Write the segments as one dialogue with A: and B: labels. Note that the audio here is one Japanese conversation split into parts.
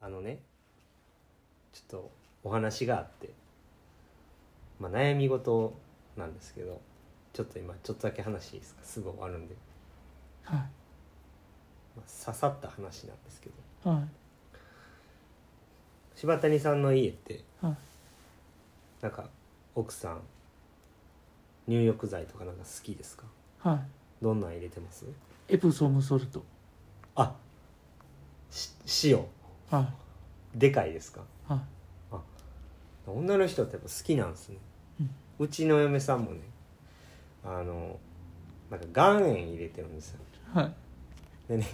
A: あのねちょっとお話があって、まあ、悩み事なんですけどちょっと今ちょっとだけ話いいですかすぐ終わるんで、
B: は
A: まあ、刺さった話なんですけど
B: いは
A: 柴谷さんの家って
B: いはい
A: なんか奥さん入浴剤とかなんか好きですか
B: は
A: どんなん入れてます
B: いエプソムソルト
A: あし塩
B: は
A: でかいですか
B: いは
A: 女の人ってやっぱ好きなんですね、うちの嫁さんもねあのなんか岩塩入れてるんですよ
B: いはい
A: でね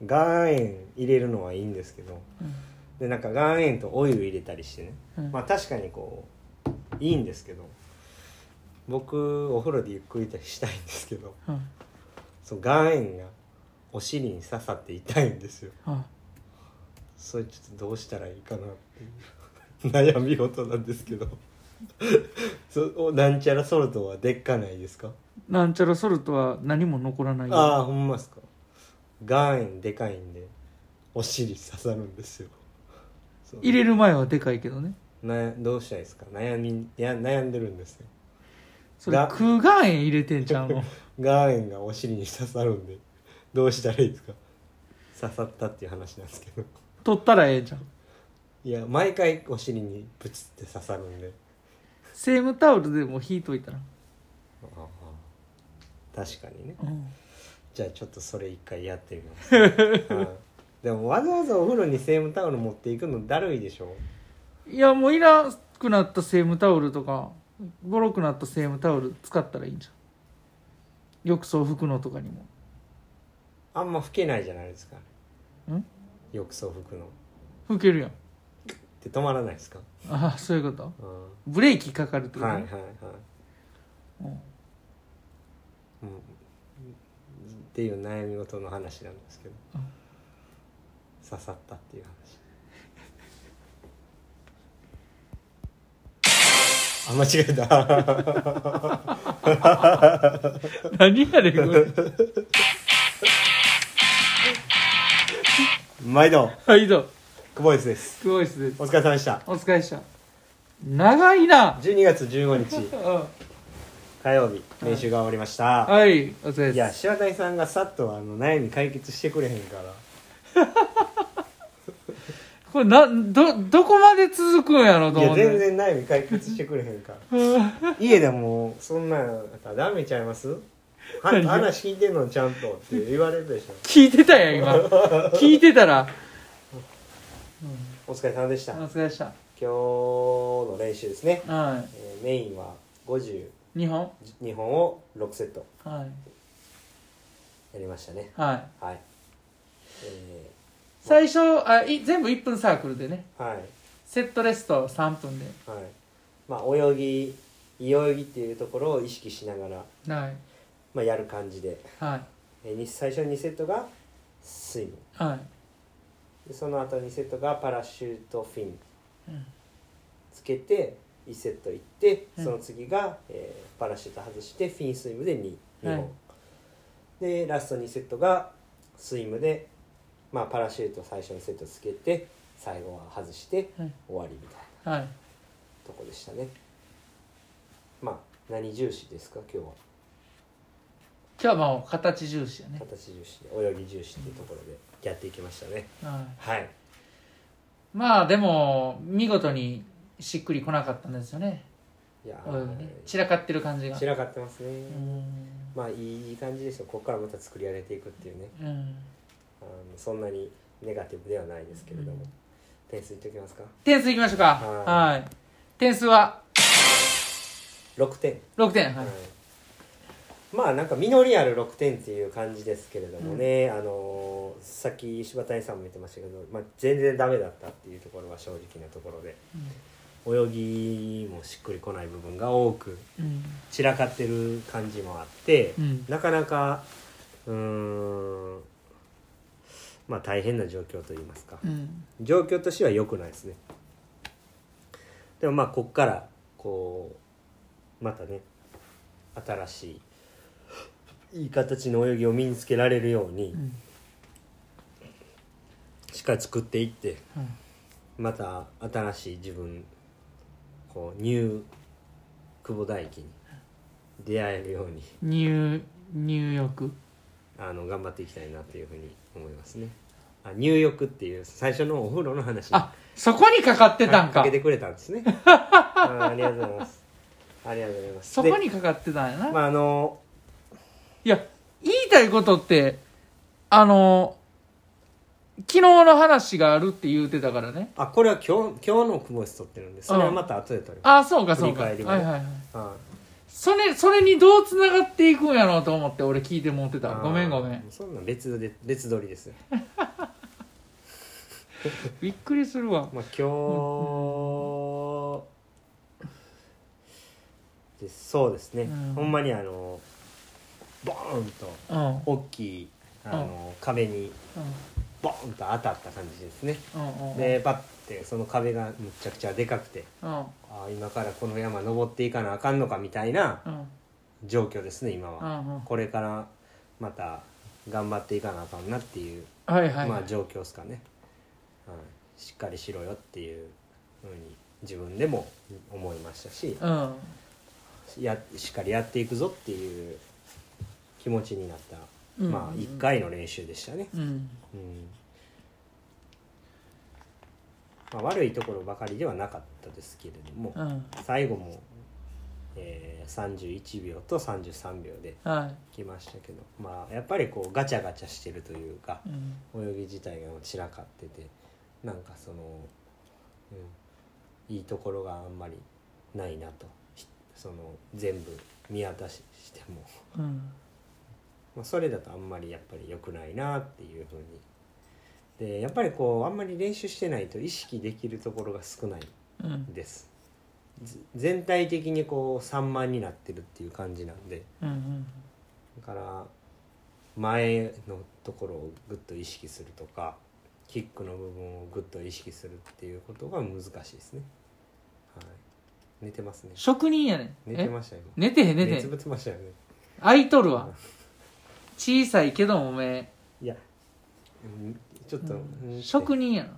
A: 岩塩入れるのはいいんですけどでなんか岩塩とお湯入れたりしてね
B: うん
A: まあ確かにこういいんですけど僕お風呂でゆっくりとしたいんですけど
B: はい
A: そう岩塩がお尻に刺さって痛いんですよ
B: はい
A: それちょっとどうしたらいいかなっていう悩み事なんですけど そおなんちゃらソルトはでっかないですか
B: なんちゃらソルトは何も残らないよ
A: ああほんまですか岩塩でかいんでお尻刺さるんですよそう
B: 入れる前はでかいけどね
A: などうしたらいいですか悩みや悩んでるんですよ
B: それ
A: が
B: 空岩塩入れてんちゃうの
A: 岩塩がお尻に刺さるんでどうしたらいいですか刺さったっていう話なんですけど
B: 取ったらええじゃん
A: いや毎回お尻にブチって刺さるんで
B: セームタオルでも引いといたら、
A: ああ確かにね
B: うん、
A: じゃあちょっとそれ一回やってみ ます、うんでもわざわざお風呂にセームタオル持っていくのだるいでしょ
B: いやもういらなくなったセームタオルとかボロくなったセームタオル使ったらいいんじゃん浴槽拭くのとかにも
A: あんま拭けないじゃないですか
B: ん
A: 浴槽拭くのっ
B: 拭けるやん
A: て止まらないですか、
B: ああそういうこと
A: うん
B: ブレーキかかるってこと
A: はい
B: ね、
A: はいはい、
B: うん
A: うん、っていう悩み事の話なんですけど、
B: うん
A: 刺さったっていう話あ間違え た
B: 何やねんこれ
A: 毎度
B: はいどう
A: 久保井です
B: すごいっすね
A: お疲れ様でした
B: お疲れっした長いな
A: 12月15日
B: う
A: 火曜日練習が終わりました、
B: んはいお疲れっ
A: い、や
B: す
A: 柴谷さんがさっとあの悩み解決してくれへんから
B: これなどどこまで続くんやろうと
A: い
B: 思
A: や
B: って
A: 全然悩み解決してくれへんから 家でもうそんなんやったらダメちゃいますは
B: 何
A: 話聞いてんのちゃんとって言われるでしょ
B: 聞いてた やん今聞いてたら
A: お疲れ様でした
B: お
A: 今
B: 疲れっした
A: 日の練習ですね、
B: は
A: えーメインは52
B: い日本
A: 本を6セット
B: はい
A: やりましたね
B: はい
A: はいえ
B: 最初あい全部1分サークルでね
A: ーはい
B: セットレスト3分で
A: はいまあ泳ぎ泳ぎっていうところを意識しながら、
B: はい
A: まあ、やる感じで
B: はい
A: えーに最初の2セットがスイム
B: はい
A: でその後2セットがパラシュートフィン
B: うん
A: つけて1セットいって
B: うん
A: その次が、えーパラシュート外してフィンスイムで 2, 2本、
B: はい
A: でラスト2セットがスイムで、まあ、パラシュート最初のセットつけて最後は外して
B: はい
A: 終わりみたいな
B: はい
A: とこでしたねまあ何重視ですか今日は
B: 今日はもう形重視やね
A: 形重視で泳ぎ重視っていうところでやっていきましたね
B: はい
A: はい
B: まあでも見事にしっくりこなかったんですよね
A: いや
B: う
A: ー
B: んね散らかってる感じが
A: 散らかってますね、
B: うん
A: まあいい感じですよここからまた作り上げていくっていうね
B: うん
A: あのそんなにネガティブではないですけれども、
B: うん
A: 点数いっておきますか
B: 点数いきましょうか
A: は
B: はい点数は
A: 6点、
B: 6点はい
A: うんまあなんか実りある6点っていう感じですけれどもね、あのーさっき柴谷さんも言ってましたけど、まあ、全然ダメだったっていうところは正直なところで泳ぎもしっくりこない部分が多く
B: うん
A: 散らかってる感じもあって、
B: うん
A: なかなかうーんまあ大変な状況といいますか、
B: うん
A: 状況としては良くないですねでもまあこっからこうまたね新しいいい形の泳ぎを身につけられるように
B: うん
A: しっから作っていって
B: うん
A: また新しい自分こうニュー久保大輝に出会えるように
B: ニューニューヨーク
A: あの頑張っていきたいなっていうふうに思いますねあ入浴っていう最初のお風呂の話に
B: あそこにかかってたん
A: か
B: か
A: けてくれたんです ねあありがとうございますありがとうございます
B: そこにかかってたんやな、
A: でまああの
B: いや言いたいことってあの昨日の話があるって言うてたからね
A: あこれは今日今日の雲室撮ってるんでそれはまた後で撮ります
B: ああそうかそうか、
A: 振
B: はい
A: り返りも
B: は
A: ね
B: いはい
A: あ
B: それそれにどうつながっていくんやろうと思って俺聞いてもってた
A: あ
B: ごめんごめん
A: そんなん別で別撮りですよ
B: びっくりするわ
A: まあ今日でそうですね、
B: うん
A: ほんまにあのボーンと
B: うんうんうん
A: 大きいあの、壁にボーンと当たった感じですね
B: うんうん
A: でパッてその壁がむちゃくちゃでかくて
B: うん
A: ああ今からこの山登っていかなあかんのかみたいな
B: うん
A: 状況ですね今
B: う
A: は、
B: んうん
A: これからまた頑張っていかなあかんなっていう、
B: はいはい
A: まあ
B: はい
A: 状況ですかね、はい、しっかりしろよっていうふうに自分でも思いましたし
B: うん
A: やしっかりやっていくぞっていう気持ちになった、
B: うん
A: まあ1回の練習でしたね、
B: うん
A: うんまあ、悪いところばかりではなかったですけれども、
B: うん
A: 最後も、えー31秒と33秒で
B: は
A: 来ましたけど、まあ、やっぱりこうガチャガチャしてるというか
B: いうん
A: 泳ぎ自体が散らかっててなんかその、うん、いいところがあんまりないなとひその全部見渡ししても、
B: うん
A: まあ、それだとあんまりやっぱり良くないなっていうふうに。でやっぱりこうあんまり練習してないと意識できるところが少ない
B: うん
A: ですず全体的にこう散漫になってるっていう感じなんで
B: うんうん
A: だから前のところをグッと意識するとかキックの部分をグッと意識するっていうことが難しいですね、はい、寝てますね
B: 職人やねん
A: 寝て
B: え
A: ましたよ
B: 寝てへん
A: 今
B: 寝てへ
A: つ
B: ん
A: ぶってましたよね
B: 開いとるわ小さいけども目、
A: いやうんちょっと、うん
B: 職人やな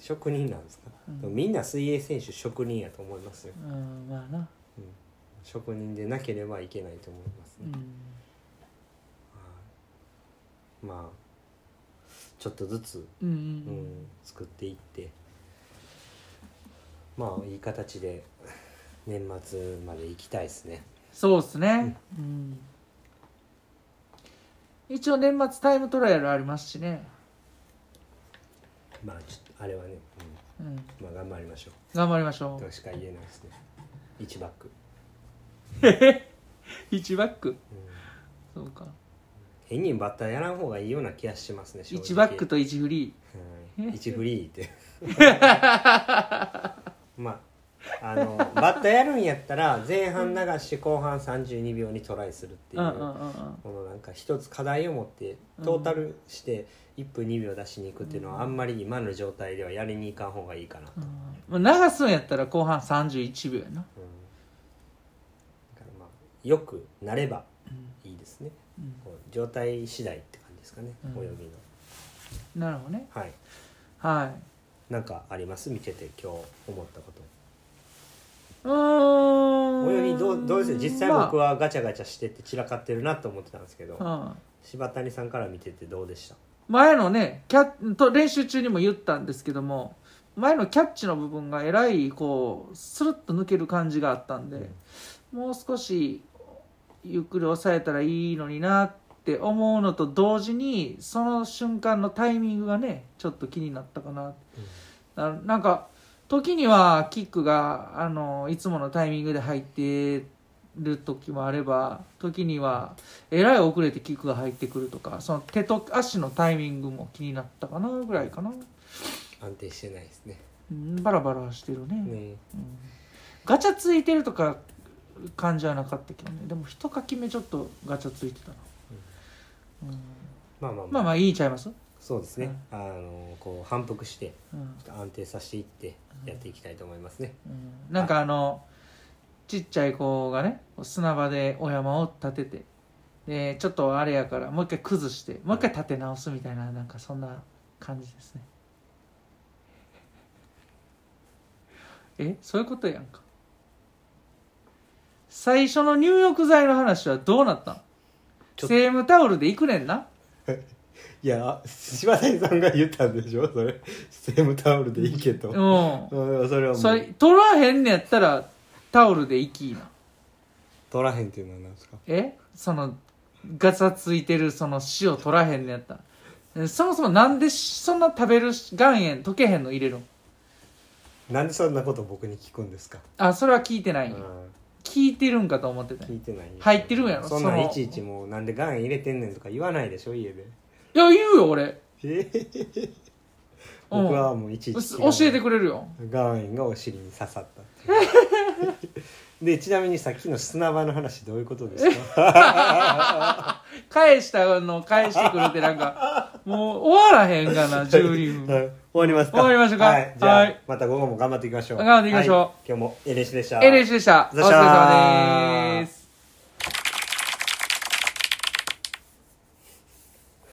A: 職人なんですか、
B: うん
A: でもみんな水泳選手職人やと思いますよ、
B: うんまあな
A: うん、職人でなければいけないと思いますね、
B: うん
A: はいまあちょっとずつ、
B: うんう
A: うんん、作っていってまあいい形で年末まで行きたいですね
B: そうっすねうん一応年末タイムトライアルありますしね
A: まあちょっとあれはね、
B: うん
A: うん、まあ頑張りましょ
B: 頑張りましょ
A: うとしか言えないですね1バック、
B: う1バック
A: うん、
B: そうか
A: 変にバッターやらん方がいいような気がしますね正直
B: 1バックと1フリ
A: はい、1フリーってまああのバッタやるんやったら前半流して後半32秒にトライするって
B: ー
A: いう、
B: うんうんうんうん
A: このなんか一つ課題を持ってトータルして1分2秒出しに行くっていうのはあんまり今の状態ではやりに行かん方がいいかなと、うんだ
B: うんまあ流すんやったら後半31秒やな
A: からまあよくなれば
B: うん
A: いいですね、
B: うん
A: こう状態次第って感じですかね、
B: うん
A: 泳ぎの
B: なるほどね
A: はい
B: はい
A: なんかあります見てて今日思ったこと
B: うーん
A: 泳ぎどうどうです実際僕はガチャガチャしてて散らかってるなと思ってたんですけど、
B: まあうん
A: 柴谷さんから見ててどうでした
B: 前のねキャッと練習中にも言ったんですけども前のキャッチの部分がえらいこうスルッと抜ける感じがあったんで、もう少しゆっくり抑えたらいいのになって思うのと同時にその瞬間のタイミングがねちょっと気になったかなななんか時にはキックがあのいつものタイミングで入ってる時もあれば時にはえらい遅れてキックが入ってくるとかその手と足のタイミングも気になったかなぐらいかな、
A: 安定してないですね
B: うん、バラバラしてるね
A: ね
B: うん、ガチャついてるとか感じはなかったけどねでも一かき目ちょっとガチャついてたな、うん
A: まあまあ
B: ま
A: まあ、
B: あまあいいちゃいます、
A: そうですね、あのこう反復して
B: うん
A: ちょっと安定させていってやっていきたいと思いますね、
B: うんなんかあのちっちゃい子がね砂場でお山を立ててでちょっとあれやからもう一回崩してもう一回立て直すみたいななんかそんな感じですねえそういうことやんか最初の入浴剤の話はどうなったん
A: ちょっと
B: セームタオルで行くねんない
A: や柴谷さんが言ったんでしょそれセームタオルで いいけと、
B: う
A: うんそれはもう
B: それ取らへんねやったらタオルで行きな
A: 取らへんっていうのは何ですか
B: えそのガサついてるその塩取らへんのやったえそもそもなんでそんな食べる岩塩溶けへんの入れるん
A: なんでそんなこと僕に聞くんですか、
B: あそれは聞いてないんや
A: うん
B: 聞いてるんかと思ってたんや
A: 聞いてないよ
B: 入ってるんやろ
A: そんな
B: そ
A: ん
B: の
A: いちいちもうなんでガン入れてんねんとか言わないでしょ家で
B: いや言うよ俺
A: ええ
B: う ん
A: 僕はもういちいち
B: う
A: 聞
B: す
A: か
B: 教
A: ない
B: えてくれるよ
A: 岩塩がお尻に刺さった でちなみにさっきの砂場の話どういうことですか
B: 返したの返してくれてな んかもう終わらへんがな
A: は
B: 12分
A: い終わりますか
B: 終わりましょうか
A: はいじゃあ、
B: はい
A: また午後も頑張っていきましょう
B: 頑張っていきましょう
A: はい今日もエレシでした
B: エレイシでしたお疲
A: お
B: れ
A: 疲れ様
B: 様
A: でした
B: です